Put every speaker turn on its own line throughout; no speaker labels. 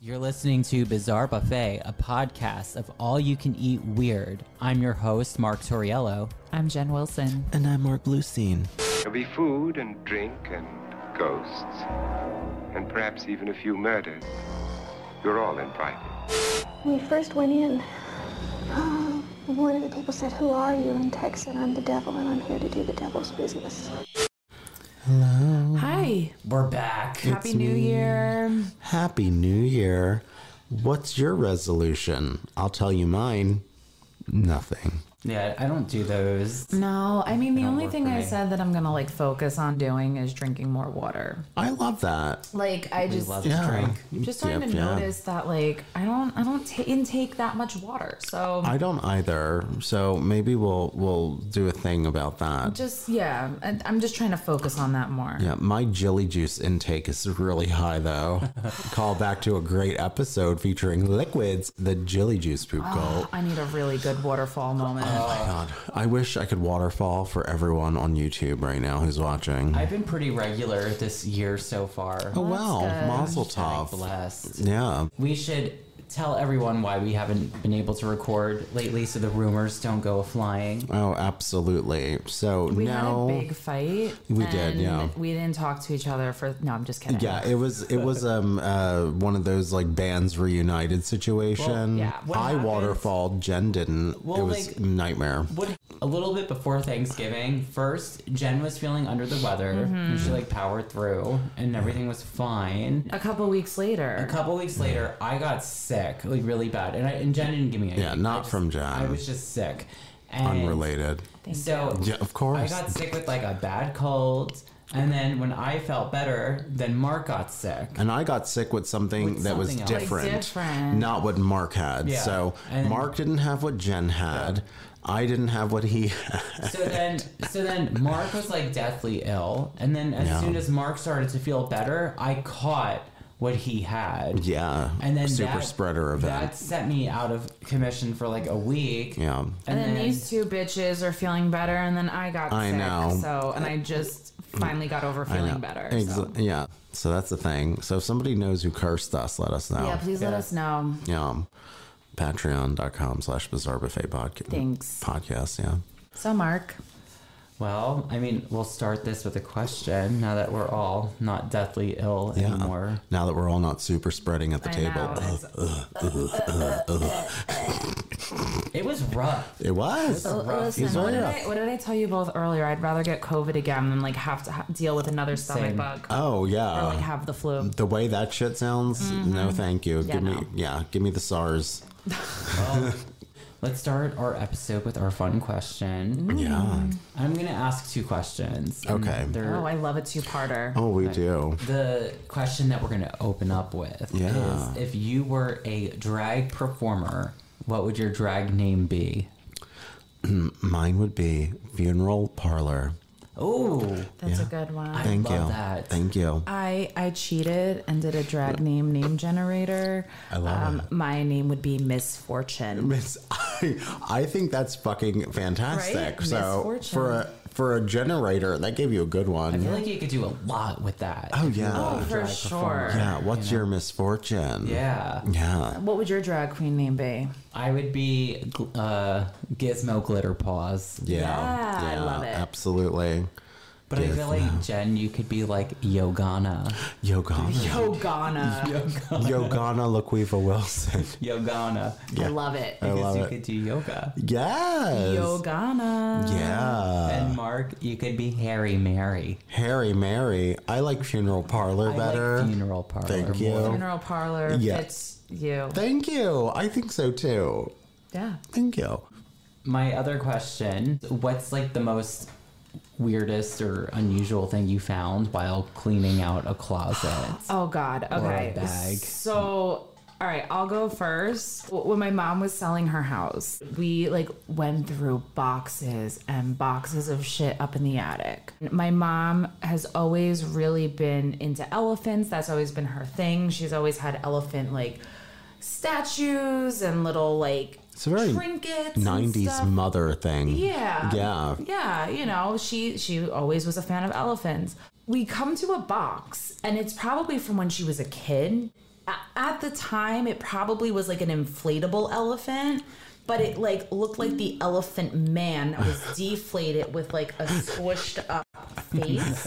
You're listening to Bizarre Buffet, a podcast of all you can eat weird. I'm your host, Mark Torriello.
I'm Jen Wilson.
And I'm Mark Bluestein.
There'll be food and drink and ghosts, and perhaps even a few murders. You're all invited.
When we first went in, uh, one of the people said, Who are you? And Tex said, I'm the devil and I'm here to do the devil's business.
Hello.
Hi.
We're back.
Happy New Year.
Happy New Year. What's your resolution? I'll tell you mine. Nothing.
Yeah, I don't do those.
No, I mean, the
don't
only
work
thing
for
I
me.
said that I'm going to like focus on doing is drinking more water.
I love that.
Like, I just.
love
Yeah.
Drink.
Just starting
Yep,
to
yeah.
notice that, like, I don't, I don't ta intake that much water. So
I don't either. So maybe we'll we'll do a thing about that.
just, yeah, I- I'm just trying to focus on that more.
yeah, my jelly juice intake is really high though. Call back to a great episode featuring liquids, the jelly juice poop gulp.
I need a really good waterfall moment.
God, Oh, I wish I could waterfall for everyone on YouTube right now who's watching.
I've been pretty regular this year so far.
oh wow,
good.
Mazel Tov.
Blessed.
Yeah,
We should tell everyone why we haven't been able to record lately so the rumors don't go flying.
Oh, absolutely. So
we
now,
had a big fight.
We did,
and
yeah.
We didn't talk to each other for. No, I'm just kidding.
yeah, it was it was um uh one of those like bands reunited situation.
yeah, what
I
happens-
waterfalled, Jen didn't.
Well,
it was
like-
nightmare.
What, a little bit before Thanksgiving, first, Jen was feeling under the weather and she like powered through and everything was fine.
A couple weeks later.
A couple weeks later, I got sick, like really bad, and I and Jen didn't give me anything.
Yeah, not from Jen.
I was just sick, and
Unrelated.
So
Yeah, of
I
course.
got sick with like a bad cold, and then when I felt better, then Mark got sick.
and I got sick with something
With
that was
something else. Like
different,
different.
not what Mark had.
Yeah.
So
And-
Mark didn't have what Jen had. I didn't have what he had.
So then, so then Mark was like deathly ill, and then as
Yeah.
soon as Mark started to feel better, I caught what he had.
Yeah.
And then
super
that-
spreader event.
That set me out of commission for like a week.
yeah.
And then, these two bitches are feeling better, and then I got
I
sick.
know.
So, and I just finally got over
I know.
feeling better.
Exa-
so.
Yeah. So that's the thing. So if somebody knows who cursed us, let us know.
Yeah, please let
Yeah.
us know.
Yeah. Patreon.com slash bizarre buffet podcast.
Thanks.
Podcast, yeah.
So, Mark,
Well, I mean, we'll start this with a question now that we're all not deathly ill
Yeah.
anymore.
Now that we're all not super spreading at the
I
table.
know, it's-
It was rough.
It was.
l- listen,
He's
what
right
did,
up.
I, what did I tell you both earlier? I'd rather get COVID again than like have to ha- deal with another stomach
Same.
bug
Oh
or
yeah.
like have the flu.
the way that shit sounds, no thank you. give me
Mm-hmm. no.
yeah, give me the SARS.
Let's start our episode with our fun
Mm-hmm.
question.
Yeah.
I'm going to ask two questions. and
Okay.
they're-
Oh, I love a two-parter.
Oh we do.
the question that we're going to open up with
Yeah.
is if you were a drag performer, what would your drag name be?
Mine would be funeral parlor.
Oh,
That's a good one. I,
Thank
love
you.
that.
Thank you.
I cheated and did a drag name name generator. I
love
My name would be Misfortune.
Miss, I, I think that's fucking fantastic.
Right?
So
Misfortune.
for a for a generator, that gave you a good
I
one.
feel like you could do a lot with that.
Oh
if you
yeah,
were
Oh,
a
for
drag
sure.
performer.
yeah. What's your misfortune?
Yeah.
yeah.
What would your drag queen name be?
I would be gl- uh, Gizmo Glitter Paws.
Yeah,
Yeah, I love it.
Absolutely.
But I feel like Jen, you could be like Yogana.
Yogana.
Yogana.
Yogana Laquiva Wilson.
Yogana.
I love it.
I
Because
love
you
it.
could do yoga.
Yes.
Yogana.
yeah.
and Mark, you could be Harry Mary.
Harry Mary. I like funeral parlor
I
better.
like funeral parlor.
Thank you.
more.
Funeral parlor
Yeah.
fits you.
Thank you. I think so too.
Yeah.
Thank you.
My other question what's like the most weirdest or unusual thing you found while cleaning out a closet?
Oh God. Okay.
bag.
So. All right, I'll go first. W- When my mom was selling her house, we like went through boxes and boxes of shit up in the attic. My mom has always really been into elephants. That's always been her thing. She's always had elephant like statues and little like
It's a very
trinkets. and
90s
stuff.
mother thing.
Yeah.
Yeah.
Yeah, you know, she she always was a fan of elephants. We come to a box and it's probably from when she was a kid.
a- at the time it probably was like an inflatable elephant but it like looked like the elephant man was deflated with like a squished up face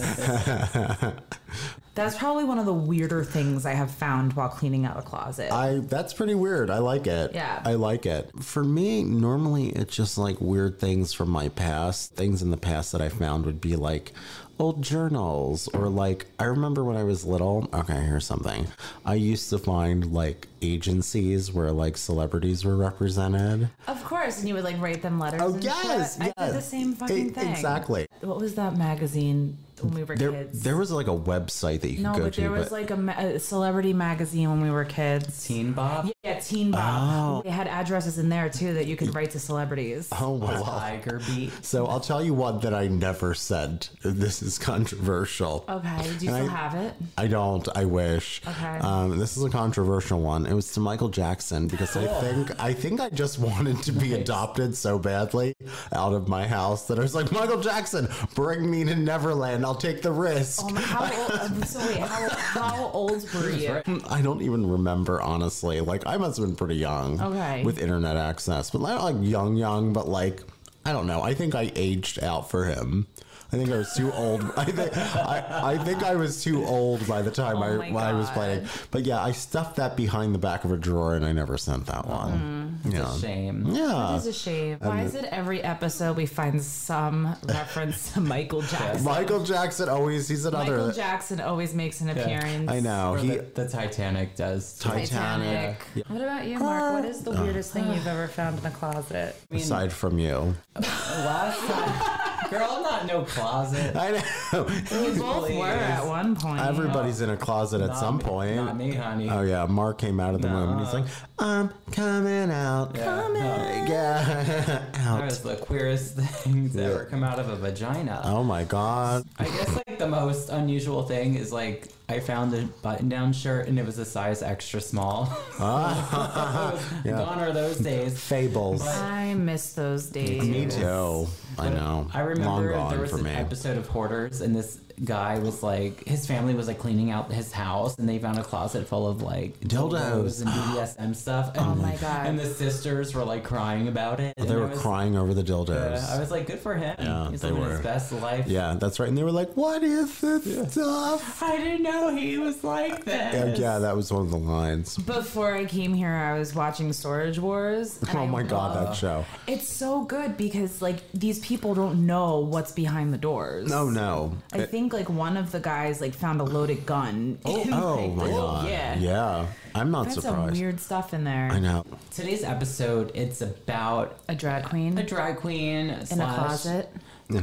that's probably one of the weirder things i have found while cleaning out a closet
I that's pretty weird. I like it.
Yeah.
I like it. For me, normally it's just like weird things from my past. Things in the past that I found would be like old journals or like I remember when I was little. Okay, here's something. I used to find like agencies where like celebrities were represented.
Of course, and you would like write them letters.
Oh
and
yes,
shit. I did the
yes.
same fucking
E-
thing.
Exactly.
What was that magazine when we were
There,
kids?
there was like a website that you could
no,
go
but
to.
there was
but
like a, ma- a celebrity magazine when we were kids.
Teen Bob.
Yeah, Teen Bob. They had addresses in there too that you could write to celebrities.
oh wow.
Tiger Beat.
So I'll tell you one that I never sent. This is controversial.
Okay, do you still
I-
have it?
I don't. I wish.
Okay.
Um, this is a controversial one. It was to Michael Jackson because I think I think I just wanted to be adopted so badly out of my house that I was like, Michael Jackson, bring me to Neverland. I'll take the risk.
Um, how old? I'm so wait, how, how old were you?
I don't even remember honestly. Like I must have been pretty young.
Okay.
With internet access, but not like young, young, but like I don't know. I think I aged out for him. I think I was too old. I think I, I think I was too old by the time I
my
when I was playing. But yeah, I stuffed that behind the back of a drawer and I never sent that one. yeah.
Shame.
Yeah.
This is a shame. Why is it every episode we find some reference to Michael Jackson?
Michael Jackson always he's another
Michael Jackson always makes an appearance.
I know.
Or
He
the, the Titanic does.
Titanic. Uh,
What about you, Mark? What is the weirdest thing you've ever found in the closet?
Aside from you.
Last time, girl, I'm not no closet.
I know.
We both were at one point.
Everybody's in a closet at
Not
some
me-
point.
Not me, honey.
Oh yeah, Mark came out of the room and he's like, "I'm coming out, coming yeah.
That
out."
was the queerest thing to
Yeah.
ever come out of a vagina.
Oh my god!
I guess like the most unusual thing is like I found a button-down shirt and it was a size extra small.
Ah.
Gone are those days.
Fables.
I miss those days.
Me too. I know.
I
Long
remember
gone
there was
for
an
me.
episode of Hoarders, and this guy was like, his family was like cleaning out his house, and they found a closet full of like
Dildos.
and BDSM stuff. And, oh
my God.
And the sisters were like crying about it.
They
and I
were
was-
crying over the
uh,
dildos.
I was like, good for him.
Yeah,
He's
they
living his
were.
best life.
yeah, that's right. And they were like, "What is this stuff?"
I didn't know he was like that.
And yeah, that was one of the lines.
Before I came here, I was watching Storage Wars. and
Oh
I
my god,
love-
that show.
It's so good because like these people don't know what's behind the doors.
No, no.
I think like one of the guys like found a loaded gun. Oh,
Oh my god.
Yeah.
Yeah. I'm not
That's some
surprised.
weird stuff in there.
I know.
Today's episode, it's about
A drag queen
a drag queen
in a
slash
closet.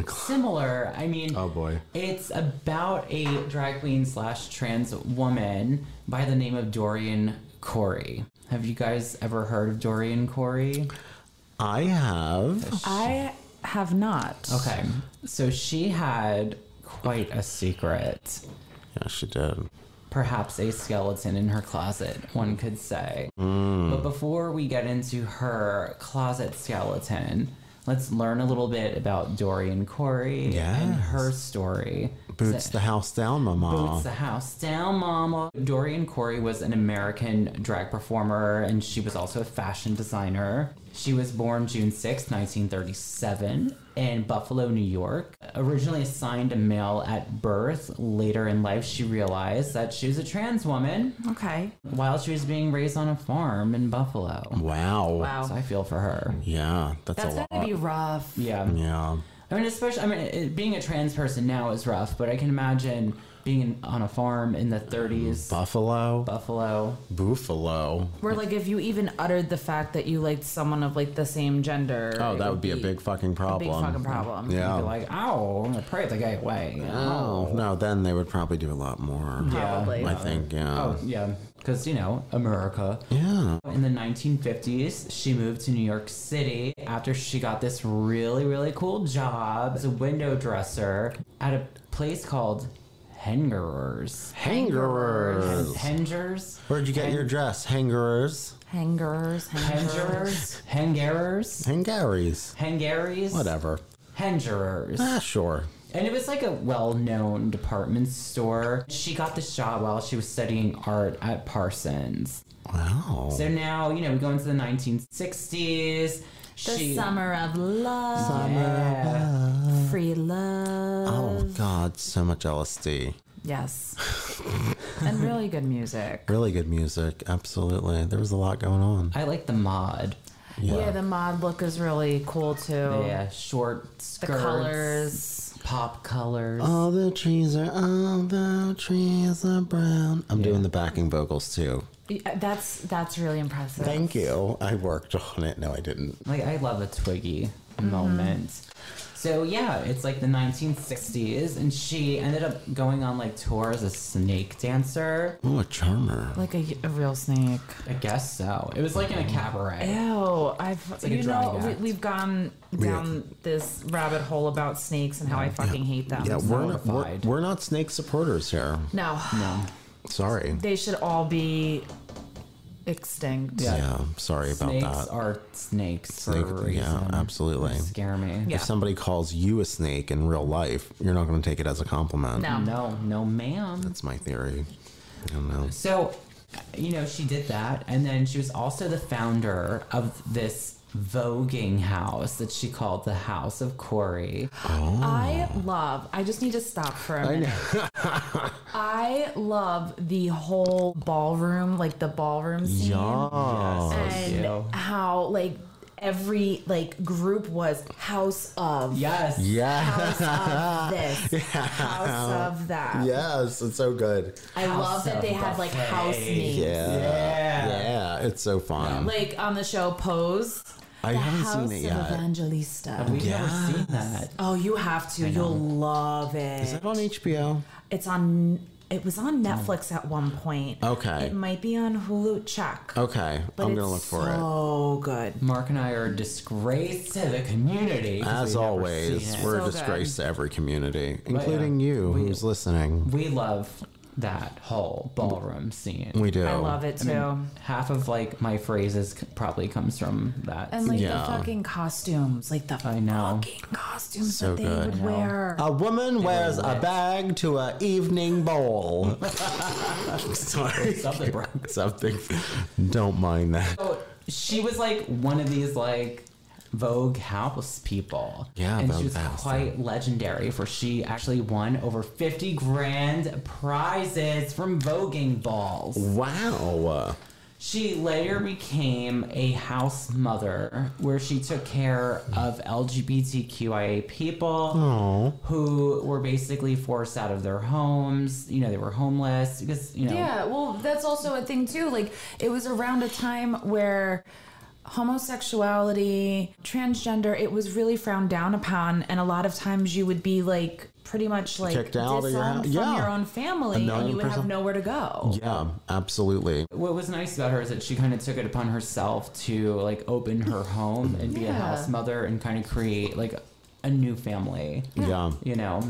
similar. I mean,
Oh, boy.
it's about a drag queen slash trans woman by the name of Dorian Corey. Have you guys ever heard of Dorian Corey?
I have.
I have not.
Okay, so she had quite a secret.
Yeah, she did.
perhaps a skeleton in her closet, one could say. But before we get into her closet skeleton, let's learn a little bit about Dorian Corey and
Yes.
her story.
Boots the house down, Mama.
Boots the house down, mama. Dorian Corey was an American drag performer and she was also a fashion designer. She was born June 6, 1937, in Buffalo, New York. Originally assigned a male at birth, later in life she realized that she was a trans woman
Okay.
while she was being raised on a farm in Buffalo.
Wow.
Wow.
So I feel for her.
Yeah, that's,
That's
a lot.
gotta be rough.
Yeah.
yeah.
I mean, especially, I mean, it, being a trans person now is rough, but I can imagine being in, on a farm in the 30s.
Buffalo.
Buffalo.
Buffalo. Oh,
Where like if you even uttered the fact that you liked someone of like the same gender.
Oh,
it
that would be a big fucking problem.
fucking problem.
Be
Yeah.
like, ow, I'm gonna pray the gay away.
Oh, no, then they would probably do a lot more.
Probably.
I think, yeah.
Oh, yeah, because, you know, America.
Yeah.
In the 1950s, she moved to New York City after she got this really, really cool job as a window dresser at a place called Hengerers.
Hangerers.
Hengers?
Where'd you get your dress? Hangerers?
Hangers, hangers.
Hengerers? Hengerers?
Hangaries.
Hengaries?
Whatever.
Hengerers.
Ah, sure.
And it was like a well known department store. She got this job while she was studying art at Parsons.
Wow.
So now, you know, we go into the 1960s.
The
she,
summer of love,
Yeah.
free love.
oh God, so much LSD.
Yes. and really good music.
Really good music. Absolutely. There was a lot going on.
I like the mod.
Yeah. the mod look is really cool too.
Yeah, short
The
skirts,
colors.
pop colors.
All the trees are all the trees are brown. I'm doing the backing vocals too.
Yeah, uh, That's that's really impressive.
Thank you. I worked on it. No, I didn't.
Like I love a Twiggy
Mm-hmm.
moment. So yeah, it's like the 1960s, and she ended up going on like tour as a snake dancer.
Oh, a charmer.
Like a, a real snake.
I guess so. It was like in a cabaret.
Ew, I've
like a
you
drying
know we,
act.
we've gone down this rabbit hole about snakes and how I fucking hate them.
Yeah, we're not, we're,
Solidified.
we're not snake supporters here.
no,
Sorry.
they should all be extinct.
Yeah.
Yeah, sorry about
Snakes
that.
are snakes for a
Snake-
reason.
yeah, absolutely.
They Scare me.
Yeah.
If somebody calls you a snake in real life, you're not going to take it as a compliment.
No.
No, no, ma'am.
That's my theory. I don't know.
So, you know, she did that, and then she was also the founder of this voguing house that she called the House of Corey.
I love. I just need to stop for a minute. I love the whole ballroom, like the ballroom scene,
Yeah.
and
Yeah.
how like every like group was house of
Yes.
Yeah.
house of this, house of that.
Yes, it's so good.
I love that
of
they had like
buffet.
house names.
Yeah.
Yeah.
Yeah, it's so fun.
Like on the show Pose,
I haven't
House
seen it
of
yet.
Evangelista.
We've never seen that.
Oh, you have to. You'll love it.
Is that on HBO?
It's on. It was on Netflix at one point.
Okay.
It might be on Hulu. Check.
Okay,
But
I'm
it's
gonna look for it.
So good.
Mark and I are a disgrace to the community. 'cause
As
we've never
always,
seen it.
we're
So
a
good.
disgrace to every community, including you who's listening.
we love that whole ballroom scene.
We do.
I love it too.
Half of like my phrases c- probably comes from that.
and like
Yeah.
the fucking costumes, like the
I know.
fucking costumes that
So
they
good.
would wear.
A woman wears a bag to an evening bowl. Sorry.
Something broke.
Something. Don't mind that.
So she was like one of these like Vogue house people.
Yeah,
and
Vogue
she was
house,
quite legendary for she actually won over 50 grand prizes from voguing balls.
Wow.
She later became a house mother where she took care of LGBTQIA people who were basically forced out of their homes. You know, they were homeless because, you know,
Yeah, well, that's also a thing too. Like it was around a time where homosexuality, transgender, it was really frowned down upon, and a lot of times you would be like pretty much like
Kicked out of your
disowned
house.
from
Yeah.
your own
A
family, and
million
you would have
percent.
nowhere to go.
Yeah, absolutely.
what was nice about her is that she kind of took it upon herself to like open her home and be a
Yeah.
house mother and kind of create like a new family.
Yeah,
You know,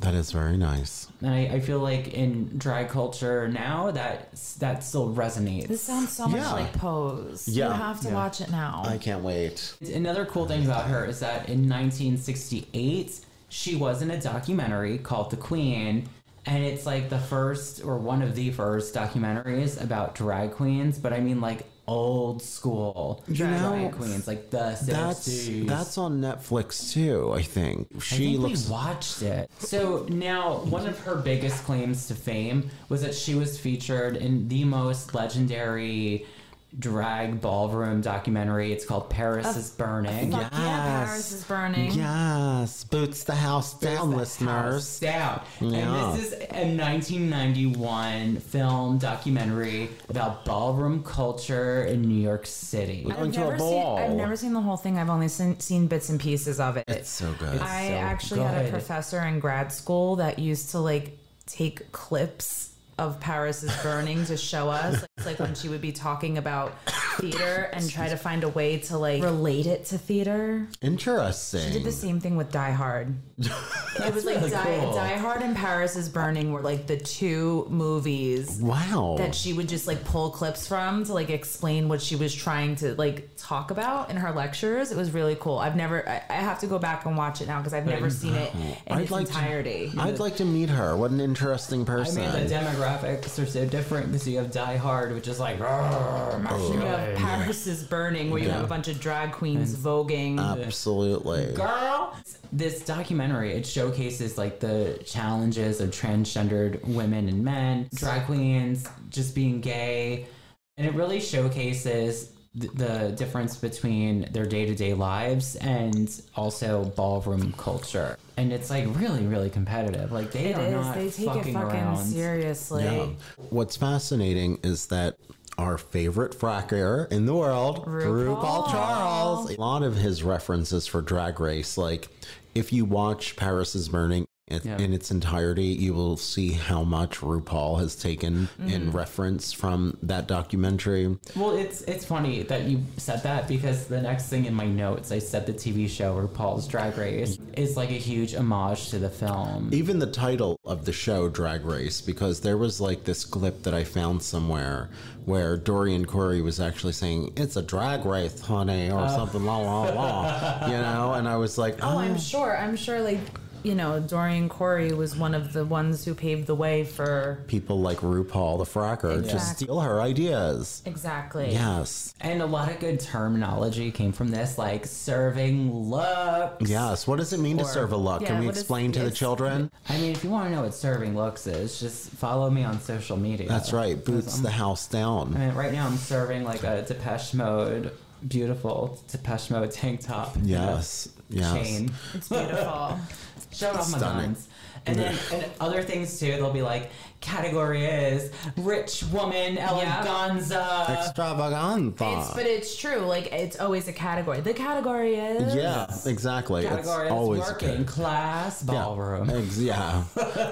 that is very nice.
and I, I feel like in drag culture now that that still resonates.
This sounds so much
Yeah.
like Pose.
Yeah.
You have to watch it now.
can't wait.
Another cool thing about her is that in 1968, she was in a documentary called The Queen. And it's like the first or one of the first documentaries about drag queens, but I mean like old school drag
know,
queens, like the
That's
60s.
that's on Netflix too. I think she
I think
looks.
we watched it. So now, one of her biggest claims to fame was that she was featured in the most legendary drag ballroom documentary. It's called Paris is Burning.
Fuck yeah,
Yes.
Paris is burning.
Yes, boots the house down, listeners.
Down.
Yeah.
And this is a 1991 film documentary about ballroom culture in New York City.
We're going
I've
to a
never, seen,
ball.
I've never seen the whole thing. I've only seen, seen bits and pieces of it.
It's so good.
I
so
actually had
good.
a professor in grad school that used to like take clips of Paris is burning to show us. It's like when she would be talking about theater and try to find a way to like relate it to theater.
Interesting.
Did the same thing with Die Hard. it was like
really
Die,
cool.
Die Hard and Paris is Burning were like the two movies
Wow.
that she would just like pull clips from to like explain what she was trying to like talk about in her lectures. It was really cool. I've never, I, I have to go back and watch it now because I've never seen it in
I'd
its
like to-
entirety.
I'd like to meet her. What an interesting
I
person.
mean, the demographics are so different because you have Die Hard, which is like, "Rrrr,
you
masculine."
have Paris is Burning where you have a bunch of drag queens voguing.
Absolutely.
girl. This documentary it showcases like the challenges of transgendered women and men, drag queens, just being gay, and it really showcases th- the difference between their day-to-day lives and also ballroom culture. And it's like really, really competitive. Like they
it
are
is.
not
They take
fucking,
it fucking
around.
seriously.
Yeah. What's fascinating is that our favorite fracker in the world, RuPaul. Charles, a lot of his references for Drag Race, like if you watch Paris is Burning in, in its entirety, you will see how much RuPaul has taken
Mm-hmm.
in reference from that documentary.
Well, it's it's funny that you said that because the next thing in my notes I said the TV show RuPaul's Drag Race is like a huge homage to the film.
Even the title of the show, Drag Race, because there was like this clip that I found somewhere where Dorian Corey was actually saying, It's a drag race, honey, or something, la, la, la. You know? And I was like,
Oh,
Oh,
I'm sure. I'm sure, like, you know, Dorian Corey was one of the ones who paved the way for.
people like RuPaul the Fracker just
Exactly.
steal her ideas.
Exactly.
Yes.
And a lot of good terminology came from this, like serving looks.
Yes. What does it mean to serve a look?
yeah,
Can we
what is-
explain to the
yes.
children?
I mean, if you want to know what serving looks is, just follow me on social media.
That's right. Boots the house
I
down.
mean, right now I'm serving like a Depeche Mode, beautiful Depeche Mode tank top.
Yes. Yes.
Chain.
It's beautiful.
Showing off my
Stunning.
buns. And then and other things too, they'll be like, category is rich woman, eleganza.
Uh, It's, but
Extravaganza.
it's true. Like it's always a category. The category is
Yeah, exactly. It's
Category is
always
working
good.
class ballroom.
Yeah. Ex- yeah.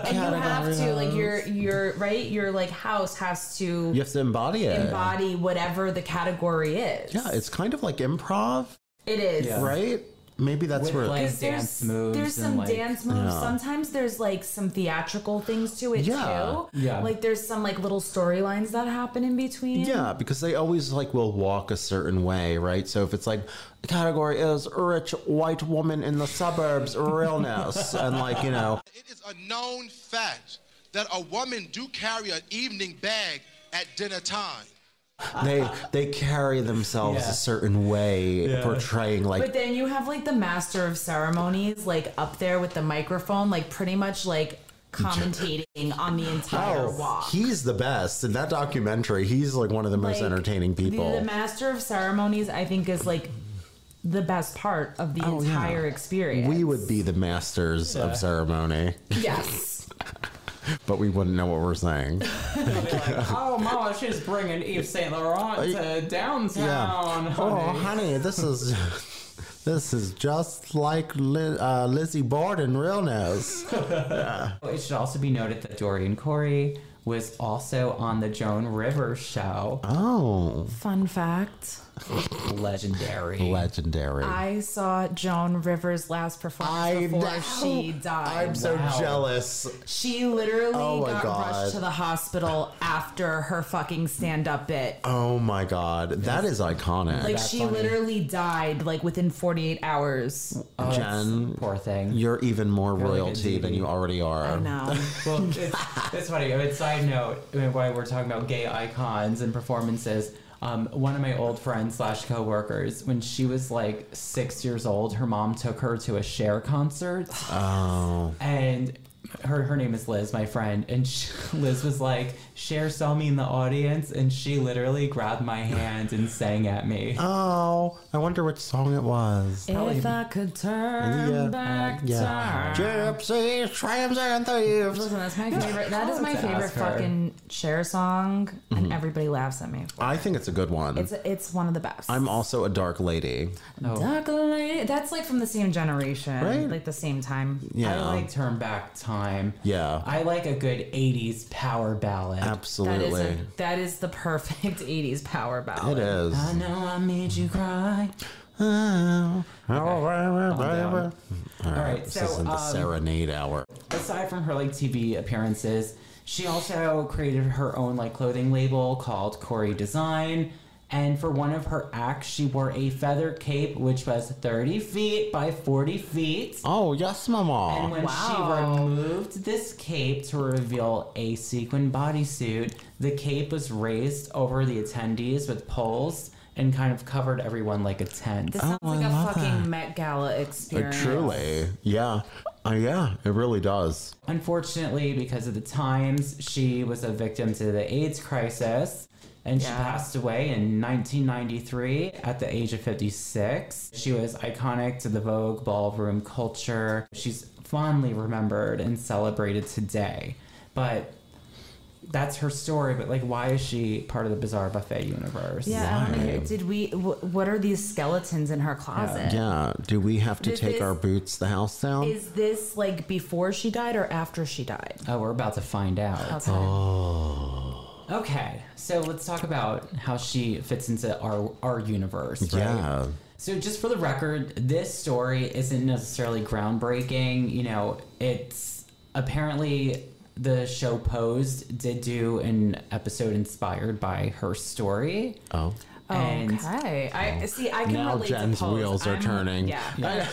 and you have to like your
Categories.
your right your like house has to
You have to embody it.
embody whatever the category is.
Yeah, it's kind of like improv,
It is.
Yeah.
right? Maybe that's
With,
where.
like,
'Cause There's,
Dance moves
there's
and,
some
like-
dance moves.
Yeah.
Sometimes there's like some theatrical things to it
Yeah.
too.
Yeah.
Like there's some like little storylines that happen in between.
yeah, because they always like will walk a certain way, right? So if it's like the category is rich white woman in the suburbs, realness, and like you know,
It is a known fact that a woman do carry an evening bag at dinner time.
they they carry themselves
Yeah.
a certain way, portraying
But
like
then you have like the master of ceremonies, like up there with the microphone, like pretty much like commentating on the entire
oh,
walk.
he's the best in that documentary. He's like one of the most
Like,
entertaining people.
The, the master of ceremonies, I think, is like the best part of the
Oh, yeah.
entire experience.
we would be the masters of ceremony,
yes.
but we wouldn't know what we're saying.
Oh, mama, she's bringing Yves Saint Laurent to downtown.
Oh,
honey.
honey, this is this is just like Li- uh, Lizzie Borden realness.
It should also be noted that Dorian Corey was also on the Joan Rivers show.
Oh,
Fun fact:
Legendary.
legendary.
I saw Joan Rivers' last performance
I
before
know.
she died.
I'm so
Wow.
jealous.
she literally
Oh my
got
God.
rushed to the hospital after her fucking stand-up bit.
Oh my god, that is iconic.
Like she
funny.
literally died like within 48 hours.
Oh, Jen,
Poor thing.
you're even more
like a
royalty than
DD.
you already are.
No.
well, it's, it's funny. I mean, side note, I mean, why we're talking about gay icons and performances. Um, one of my old friends slash coworkers, when she was like six years old, her mom took her to a Cher concert,
Oh,
and her her name is Liz, my friend, and she, Liz was like, Cher saw me in the audience, and she literally grabbed my hand and sang at me.
oh, I wonder which song it was.
if I could turn
Yeah.
back
Yeah,
time.
gypsies, trams, and thieves.
Listen, that's my favorite. That is my
Let's
favorite
ask her.
fucking share song,
Mm-hmm.
and everybody laughs at me.
I think it's a good one.
It's it's one of the best.
I'm also a dark lady.
Dark Lady- That's like from the same generation,
Right?
like the same time.
Yeah,
I like turn back time.
yeah,
I like a good '80s power ballad.
That is
absolutely.
a, that is the perfect '80s power ballad.
It is.
I know I made you cry.
Oh, oh, baby,
down.
baby. All right.
right,
This
so,
isn't the
um,
serenade hour.
aside from her like TV appearances, she also created her own like clothing label called Corey Design. And for one of her acts, she wore a feather cape which was 30 feet by 40 feet.
Oh, yes,
And
Mama.
when
Wow.
she removed this cape to reveal a sequin bodysuit, the cape was raised over the attendees with poles and kind of covered everyone like a tent.
This sounds
Oh,
like
I
a
love
fucking
that.
Met Gala
Uh,
experience.
truly. Yeah. Uh, yeah, it really does.
Unfortunately, because of the times, she was a victim to the AIDS crisis and she
Yeah.
passed away in 1993 at the age of 56. She was iconic to the Vogue ballroom culture. She's fondly remembered and celebrated today. But that's her story, but like, why is she part of the Bizarre Buffet universe?
Yeah, I don't
Why?
think- did we? Wh- what are these skeletons in her closet?
Yeah. Do we have to
This
take
is-
our boots the house down?
Is this like before she died or after she died?
Oh, we're about to find out.
Okay.
Okay, so let's talk about how she fits into our our universe. Right?
Yeah.
So just for the record, this story isn't necessarily groundbreaking. You know, it's apparently the show Posed did do an episode inspired by her story.
oh.
And
Okay. I see. I can
Now
relate
Jen's
to Pose.
wheels are
I'm-
turning.
Yeah.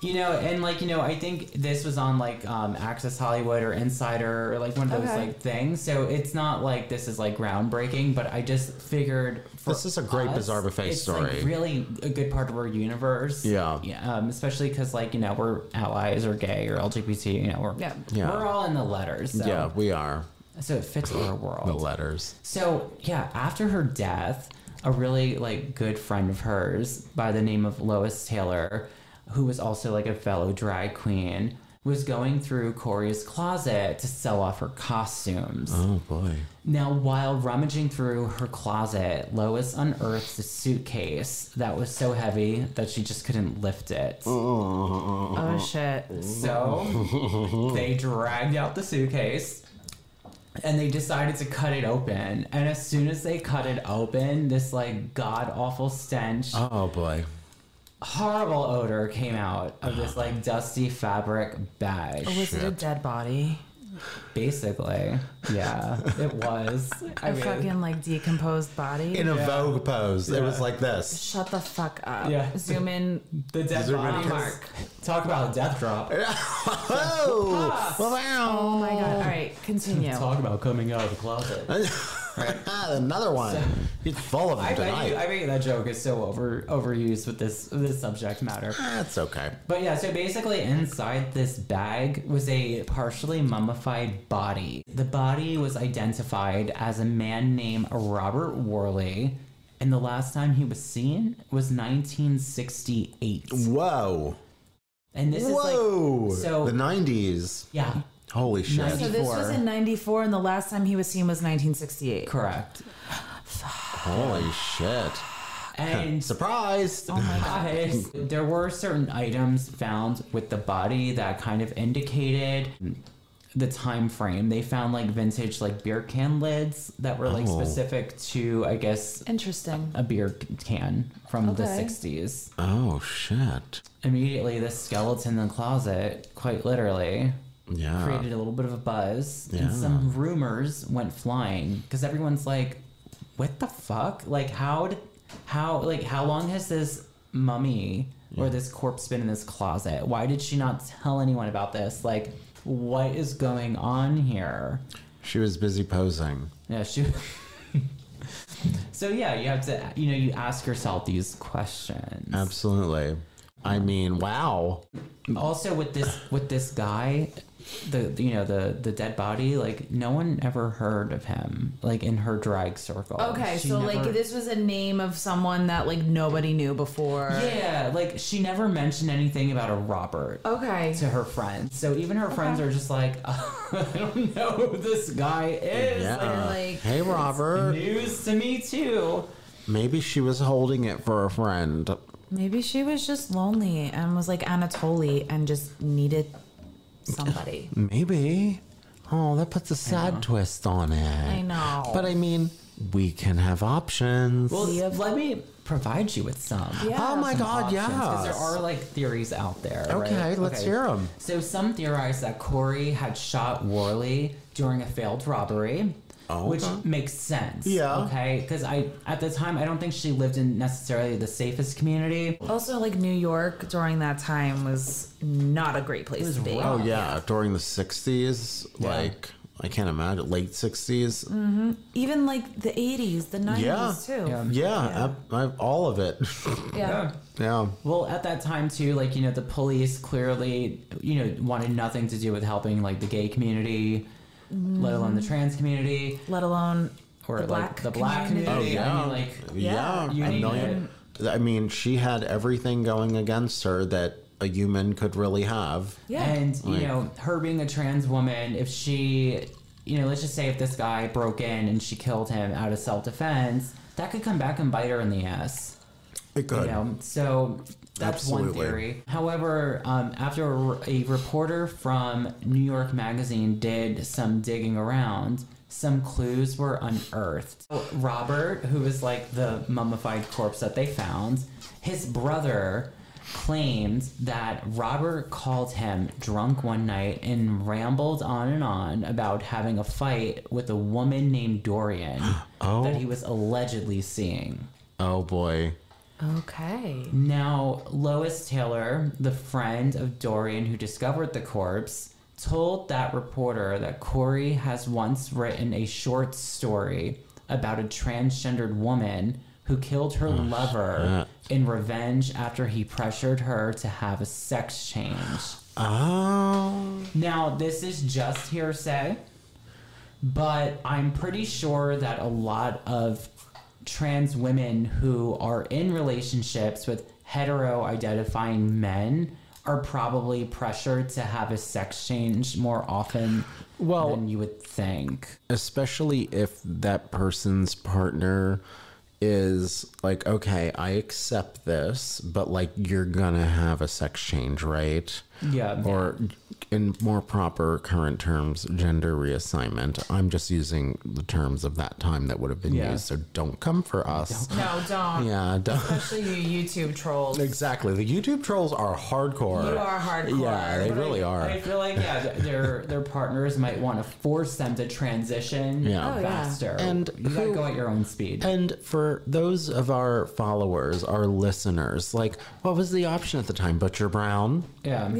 you know, and like, you know, I think this was on like um Access Hollywood or Insider or like one of those
Okay.
like things. So it's not like this is like groundbreaking, but I just figured for
This is a great
us,
Bizarre Buffet
it's, like,
story.
really a good part of our universe.
Yeah.
Yeah. Um, especially because like, you know, we're allies or gay or LGBT, you know, we're
Yeah.
Yeah.
we're all in the letters. So,
Yeah, we are.
So it fits our world.
The letters.
So yeah, after her death, a really like good friend of hers by the name of Lois Taylor, who was also like a fellow drag queen, was going through Corey's closet to sell off her costumes.
Oh, boy.
Now, while rummaging through her closet, Lois unearthed a suitcase that was so heavy that she just couldn't lift it.
Oh shit.
So they dragged out the suitcase and they decided to cut it open. And as soon as they cut it open, this like god awful stench,
Oh, boy.
horrible odor came out of this like dusty fabric bag.
Was it a dead body?
Basically, yeah, it was. I
A
mean,
fucking like decomposed body.
In a Vogue pose. It was like this.
Shut the fuck up.
Yeah.
Zoom in.
the death
Zoom in.
drop. Mark. Talk about a death drop.
Oh,
Oh
wow.
my god. All right. Continue.
Talk about coming out of the closet.
Another one. He's full of them
I bet
tonight.
you, I mean, that joke is so over overused with this this subject matter.
That's okay.
But yeah, so basically inside this bag was a partially mummified body. The body was identified as a man named Robert Worley, and the last time he was seen was 1968.
Whoa.
And this
Whoa.
is like so
the 90s.
yeah,
Holy shit.
Nice.
So this was in '94, and the last time he was seen was 1968.
correct.
Holy shit.
And
Surprised.
Guys, there were certain items found with the body that kind of indicated the time frame. They found like vintage like beer can lids that were like
Oh.
specific to I guess
Interesting.
a beer can from the
Okay.
60s.
Oh, shit.
Immediately the skeleton in the closet, quite literally,
Yeah.
created a little bit of a buzz
Uh, Yeah.
and some rumors went flying because everyone's like what the fuck like how d- how like how long has this mummy or this corpse been in this closet why did she not tell anyone about this like what is going on here
She was busy posing.
yeah she so yeah you have to you know you ask yourself these questions
Absolutely. I mean, wow.
also with this with this guy the you know the the dead body like no one ever heard of him like in her drag circle
Okay,
She
so
never-
like this was a name of someone that like nobody knew before.
yeah like she never mentioned anything about a robert
Okay.
to her friends so even her friends are just like i don't know who this guy is
Yeah.
like-
hey, Robert.
news to me too
Maybe she was holding it for a friend.
Maybe she was just lonely and was like Anatoly and just needed somebody.
Maybe. Oh, that puts a sad twist on it.
I know.
But I mean, we can have options.
Well, let me provide you with some.
oh my God,
Because
yeah.
there are like theories out there.
Okay,
right?
let's hear 'em.
So some theorize that Corey had shot Worley during a failed robbery.
Oh,
which
okay.
makes sense.
Yeah.
Okay. Because I at the time I don't think she lived in necessarily the safest community.
Also, like New York during that time was not a great place to be.
Oh, yeah. During the 60s, like, I can't imagine, late 60s.
Mm.
Even like the 80s, the 90s
Yeah.
too.
Yeah.
Yeah, I, I, all of it.
yeah.
yeah.
Well, at that time too, like you know, the police clearly you know wanted nothing to do with helping like the gay community, let alone the
Mm.
trans community
Let alone
or
The
like
black
the black
community.
community.
Oh, yeah.
I mean, like
yeah.
You
a
need
million. I mean, she had everything going against her that a human could really have.
Yeah.
And you
Like-
know, her being a trans woman, if she, you know, let's just say if this guy broke in and she killed him out of self defense, that could come back and bite her in the ass.
It could.
You know, so that's one
Absolutely.
theory. However, um, after a, a reporter from New York Magazine did some digging around. Some clues were unearthed. Robert, who was like the mummified corpse that they found, his brother claimed that Robert called him drunk one night and rambled on and on about having a fight with a woman named Dorian that he was allegedly seeing.
Oh boy.
Okay.
Now, Lois Taylor, the friend of Dorian who discovered the corpse, told that reporter that Corey has once written a short story about a transgendered woman who killed her lover in revenge after he pressured her to have a sex change.
Oh.
Now, this is just hearsay, but I'm pretty sure that a lot of trans women who are in relationships with hetero identifying men are probably pressured to have a sex change more often
Well-
than you would think.
Especially if that person's partner is like, okay, I accept this, but like you're gonna have a sex change, right?
Yeah.
Or in more proper current terms, gender reassignment. I'm just using the terms of that time that would have been
Yeah.
used, so don't come for us.
No, don't.
Yeah, don't.
Especially you YouTube trolls.
exactly. The YouTube trolls are hardcore.
You are hardcore.
Yeah, they really are.
I feel like yeah, th- their their partners might want to force them to transition
Yeah. Oh, yeah.
faster.
And
you gotta
who-
go at your own speed.
And for those of our followers, our listeners, like, what was the option at the time? Butcher Brown?
yeah.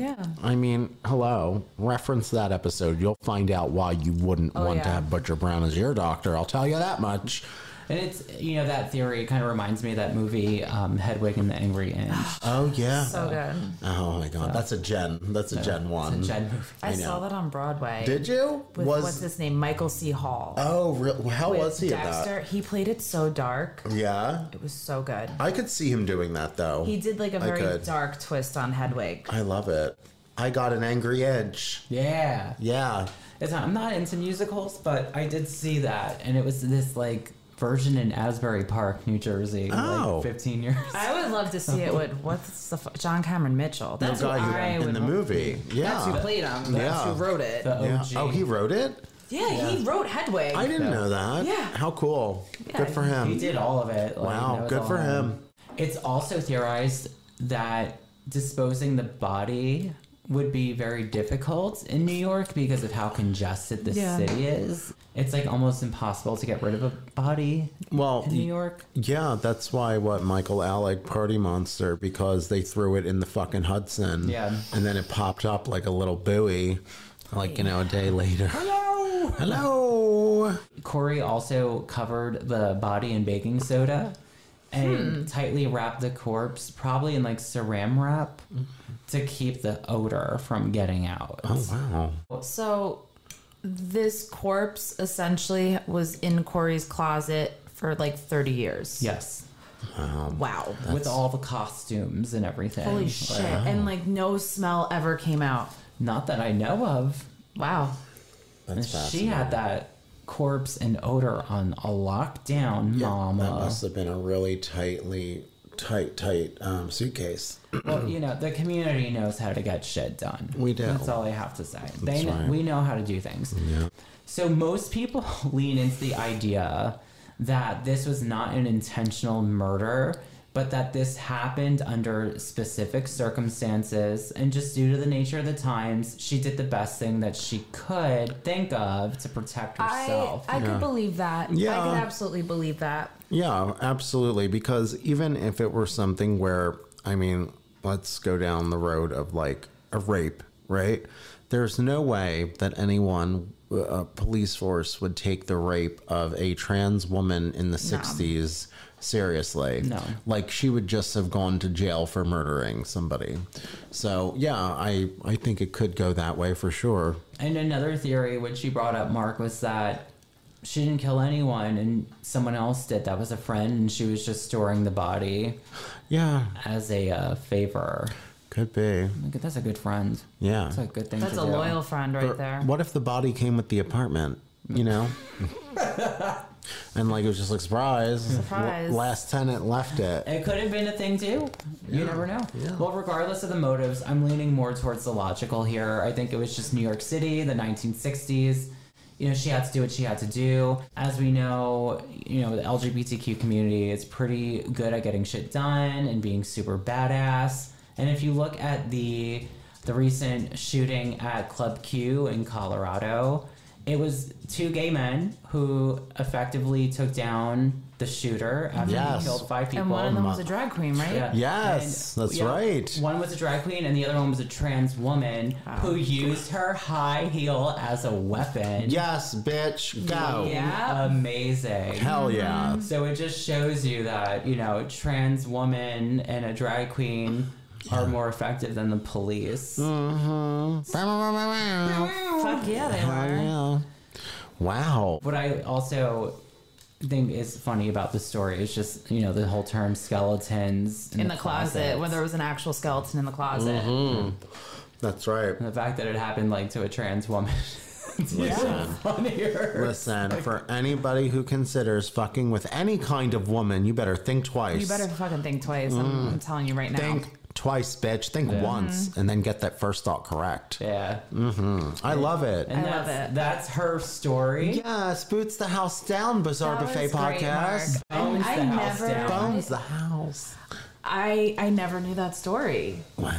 I mean, hello, reference that episode. You'll find out why you wouldn't want to
Oh, yeah.
have Butcher Brown as your doctor. I'll tell you that much.
And it's you know that theory kind of reminds me of that movie um, Hedwig and the Angry Inch.
Oh, yeah.
So good.
oh, my God. That's a Gen. That's a Gen 1.
It's a Jed movie.
I, saw that on Broadway.
Did you?
with
was.
what's his name? Michael C. Hall.
oh, real, how
With
was he at
Dexter. He played it so dark.
that? Yeah.
It was so good.
I could see him doing that, though.
He did like a
I
very
could.
dark twist on Hedwig.
I love it. I got an angry edge.
Yeah,
Yeah.
it's not, I'm not into musicals, but I did see that, and it was this like version in Asbury Park, New Jersey,
Oh.
like 15 years.
I would love to see it with what's the fu- John Cameron Mitchell. That's
the
who
guy who,
I
in
would
the
love-
movie. Yeah.
That's who played him. That's
Yeah.
who wrote it.
The
Yeah.
OG.
Oh, he wrote it?
Yeah, he wrote Hedwig.
I didn't know that.
Yeah.
How cool. Good for him.
He did all of it. like, that
um, Wow,
was
good
all
for him.
It's also theorized that disposing the body would be very difficult in New York because of how congested the
Yeah.
city is. It's like almost impossible to get rid of a body
Well,
in New York.
yeah, that's why what Michael Alec Party Monster because they threw it in the fucking Hudson.
Yeah.
And then it popped up like a little buoy, like, you know, a day later. Hello. Hello.
Corey also covered the body in baking soda and
Hmm.
tightly wrapped the corpse, probably in like saran wrap, to keep the odor from getting out.
Oh, wow.
So this corpse essentially was in Corey's closet for like 30 years.
Yes,
Wow.
with all the costumes and everything.
Holy shit. And like no smell ever came out.
Not that I know of.
Wow.
That's
She had that corpse and odor on a lockdown,
That
mama.
must have been a really tightly, tight, tight um, suitcase.
well, you know, the community knows how to get shit done.
We do.
That's all I have to say. they kn-
right.
we know how to do things. So most people lean into the idea that this was not an intentional murder, but that this happened under specific circumstances. And just due to the nature of the times, she did the best thing that she could think of to protect
I,
herself.
I could believe that.
Yeah.
I could absolutely believe that.
Yeah, absolutely. Because even if it were something where, I mean, let's go down the road of like a rape, right? There's no way that anyone, uh, a police force, would take the rape of a trans woman in the 60s seriously.
No.
Like she would just have gone to jail for murdering somebody. So, yeah, I, I think it could go that way for sure.
and another theory, which you brought up, Mark, was that she didn't kill anyone and someone else did. That was a friend, and she was just storing the body
Yeah,
as a uh, favor.
could be.
Like, That's a good friend.
Yeah.
That's a good thing
That's
to
a
do.
loyal friend right
Or
there. Mm.
What if the body came with the apartment? You know, and like it was just like surprise.
Surprise.
L- last tenant left it.
It could have been a thing too. You never know.
yeah.
Well, regardless of the motives, I'm leaning more towards the logical here. I think it was just New York City, the 1960s. You know, she had to do what she had to do. As we know, you know, the LGBTQ community is pretty good at getting shit done and being super badass. And if you look at the the recent shooting at Club Q in Colorado, it was two gay men who effectively took down the shooter after
Yes.
he killed five people.
and one of them was
my-
a drag queen, right?
Yeah.
Yes, that's right.
One was a drag queen, and the other one was a trans woman who used her high heel as a weapon.
Yes, bitch, go.
Yeah.
amazing.
Hell yeah.
So it just shows you that you know, a trans woman and a drag queen are more effective than the police.
Mm.
Fuck yeah, they were.
Yeah. Wow.
What I also think is funny about the story is just you know the whole term skeletons in,
In the closet, where there was an actual skeleton in the closet.
Mm-hmm. That's right.
The fact that it happened like to a trans woman. it's even funnier.
Listen, for anybody who considers fucking with any kind of woman, you better think twice.
You better fucking think twice. I'm, I'm telling you right now.
Mm-hmm. think twice, bitch. Think
Mm-hmm.
once and then get that first thought correct.
Yeah.
Mm. I love it.
And
I love
that's,
it.
That's her story.
Yeah, Spoots the House Down Bizarre
That was
Buffet
great,
Podcast.
Mark.
Bones
I,
the
I
house
never,
down.
Bones the house.
I, I never knew that story.
Wow.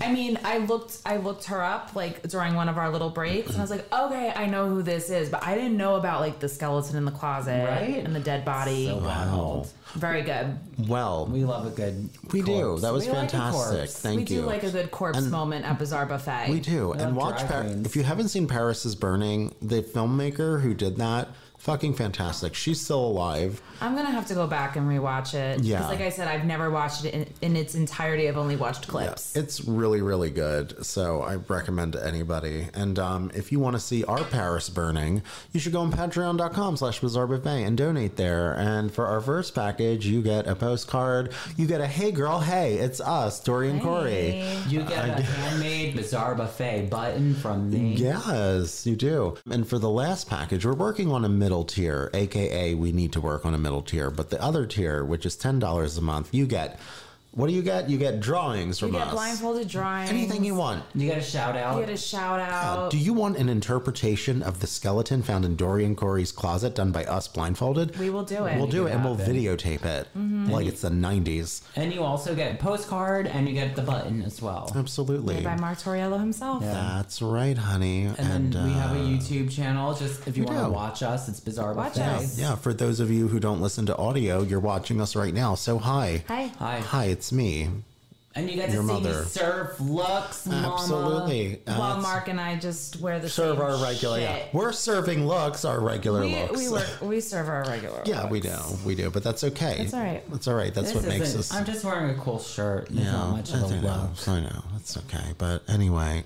I mean, I looked, I looked her up like during one of our little breaks, and I was like, okay, I know who this is, but I didn't know about like the skeleton in the closet
Right?
and the dead body.
So
Wow.
Very good.
Well, we,
We love a good.
do. That was
We like a
fantastic.
corpse.
Thank
we
you.
do like a good corpse moment at Bizarre Buffet.
we do. And
love
watch
drag
Par-
queens.
if you haven't seen Paris is Burning, the filmmaker who did that, fucking fantastic. She's still alive.
I'm gonna have to go back and rewatch it.
Yeah.
Because, like I said, I've never watched it in, in its entirety. I've only watched clips.
It's really, really good. So I recommend to anybody. And um, if you want to see our Paris burning, you should go on patreon.com slash bizarre buffet and donate there. And for our first package, you get a postcard. You get a hey girl, hey, it's us, Dory and Corey.
You get a handmade bizarre buffet button from me.
Yes, you do. And for the last package, we're working on a middle tier, aka we need to work on a middle tier. But the other tier, which is ten dollars a month, you get what do you get? You get drawings from
you get
us.
blindfolded drawings.
Anything you want.
You get a shout out.
You get a shout out.
Do you want an interpretation of the skeleton found in Dorian Corey's closet done by us blindfolded?
we will do it. Mm-hmm.
We'll do it, and we'll
happen.
videotape it like it's the 90s.
and you also get a postcard and you get the button as well.
Oh, Absolutely.
by Mark Torriello himself.
That's right, honey.
And, we have a
uh,
YouTube channel. Just if you want to
do.
watch us, it's Bizarre
Watch
Buffet.
us.
yeah, for those of you who don't listen to audio, you're watching us right now. So hi.
Hi.
Hi.
Hi, it's me.
And you get to
Your
see
mother.
me surf looks, mama.
Absolutely. Uh,
Well,
let's
Mark and I just wear the
serve
same
our regular. Yeah.
shit.
We're serving looks, our regular
We,
looks.
we work. We serve our regular.
yeah, we do. We do, but that's okay. That's
all right.
That's all right. That's
This
what makes
isn't-
us.
I'm just wearing a cool shirt. There's
Yeah,
not much of a
I know,
look.
I know. That's okay. But anyway,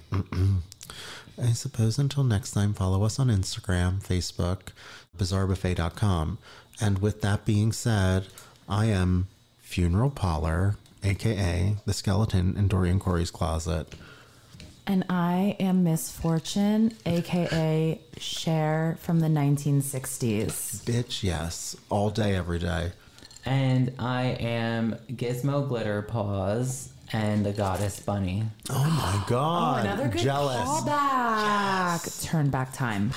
I suppose until next time, follow us on Instagram, Facebook, bizarrebuffet.com. And with that being said, I am Funeral Parlor, aka the skeleton in Dorian Corey's closet.
And I am Misfortune, aka Cher from the 1960s.
Bitch, yes. All day, every day.
And I am Gizmo Glitter Paws and the Goddess Bunny.
Oh my God.
Another good
Jealous.
callback. Turn back time.